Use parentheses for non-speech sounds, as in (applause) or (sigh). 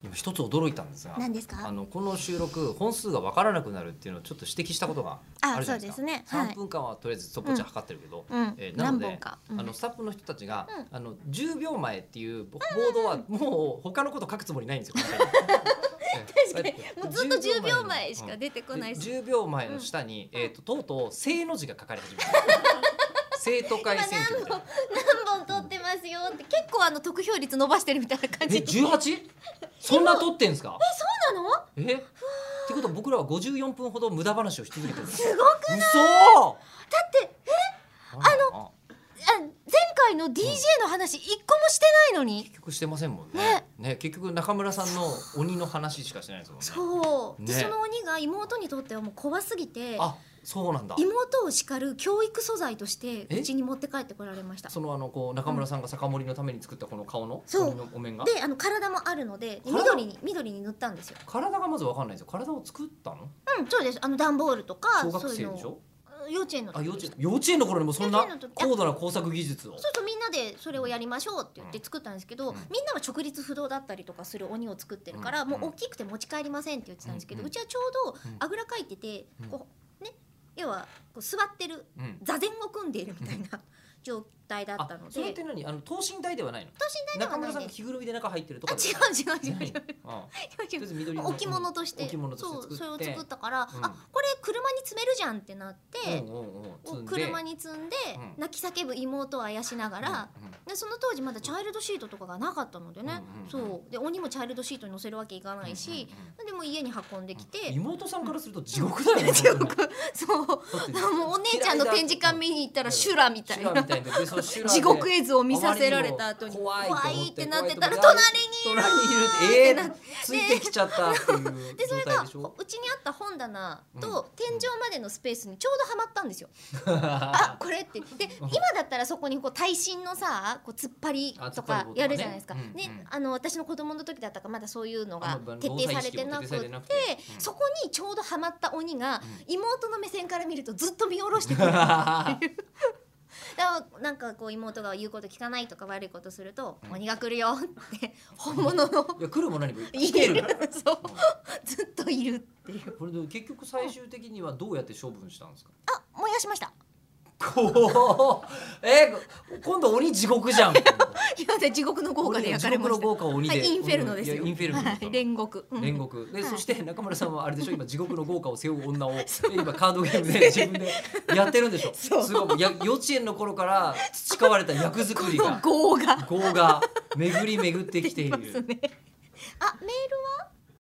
今一つ驚いたんですが何ですかあのこの収録本数が分からなくなるっていうのをちょっと指摘したことがあるじゃないですかあそうですねはい3分間はとりあえずストップウォッチは測ってるけど、うんえーなので何本かうんあのスタッフの人たちが、うんあの10秒前っていうボボードはもう他のこと書くつもりないんで (laughs) すよ確かにもうずっと10秒前しか出てこないし、 10秒前の下に、えー、ととうとう「正」の字が書かれ始め (laughs) た生徒会選挙みたいな何本撮ってますよって結構あの得票率伸ばしてるみたいな感えじ十 18? そんな撮ってんすかそうなのえってことは僕らは54分ほど無駄話をし続けてるすごく嘘だってあのあ前回の DJ の話一個もしてないのに、結局してませんもんねね結局中村さんの鬼の話しかしてないですもんねそう、でねその鬼が妹にとってはもう怖すぎてあそうなんだ妹を叱る教育素材としてえうちに持って帰ってこられましたそのあのこう中村さんが酒盛りのために作ったこの顔のそう鬼のお面がであの体もあるので体緑に緑に塗ったんですよ体がまずわかんないんですよ体を作ったのうんそうですあの段ボールとか小学そうい生うのでしょうん幼稚園のあ時幼稚園幼稚園の頃にもそん幼な稚園の時高度な工作技術をそうそうみんなでそれをやりましょうって言って作ったんですけど、うんみんなは直立不動だったりとかする鬼を作ってるから、うんもう大きくて持ち帰りませんって言ってたんですけど、ううんちはちょうどうんあぐらかいてて、うんこうね要はこう座ってるうん座禅を組んでいるみたいな状態だったあのでそ等れ身って何あの等身大ではないの大では中な村いさんがです着ぐるみで中入ってるとかあでは違う違う違う違うない何うんとりあえ違うず緑の置物として置物としてそうそれ作っをて作ったから、うんあこれ車に積めるじゃんってなって、うんうんうん積んで車に積んで、うん泣き叫ぶ妹をあやしながら、うんうんでその当時まだチャイルドシートとかがなかったのでね、うんうんうんそうで鬼もチャイルドシートに乗せるわけいかないし、うんうんうんでもう家に運んできて、 (laughs) 妹さんからすると地獄だよね地獄そうだってもうお姉ちゃんの展示館見に行ったらシュラみたい修羅みなたいなでその修羅で地獄絵図を見させられた後に怖い怖いってなってたら怖い隣とにい隣にいるるってえーついてきちゃったっていうでそれ状が態でしょうちにあった本棚うんと天井までのスペースにちょうどはまったんですよ。あこれってで今だったらそこにこう耐震のさこう突っ張りあ突とっ張り棒とかかねやるじゃないですか。うんうねんあの私の子供の時だったからまだそういうのあがんまり徹底されてなく防災意識も徹底されててなくてうんそこにちょうどはまった鬼がん妹の目線から見るとずっと見下ろし (laughs) てくる。だ (laughs) からなんかこう妹が言うこと聞かないとか悪いことするとうん鬼が来るよって本物の (laughs) いや来るも何も来いてるるからそうずっといるっていうこれで結局最終的にはどうやって処分したんですかあ燃やしましたこうえー今度鬼地獄じゃん (laughs) 今まで地獄の豪華で焼かれまし地獄の豪華を鬼たはでいインフェルノですいやよインフェルノだっはたのい煉獄うん煉獄で、はいそして中村さ (laughs) んはあれでしょ今地獄の豪華を背負う女を今カードゲームで自分でやってるんでしょそうすごいや幼稚園の頃から培われた役作りこのが豪華 (laughs) 業が巡り巡ってきていまするねあメー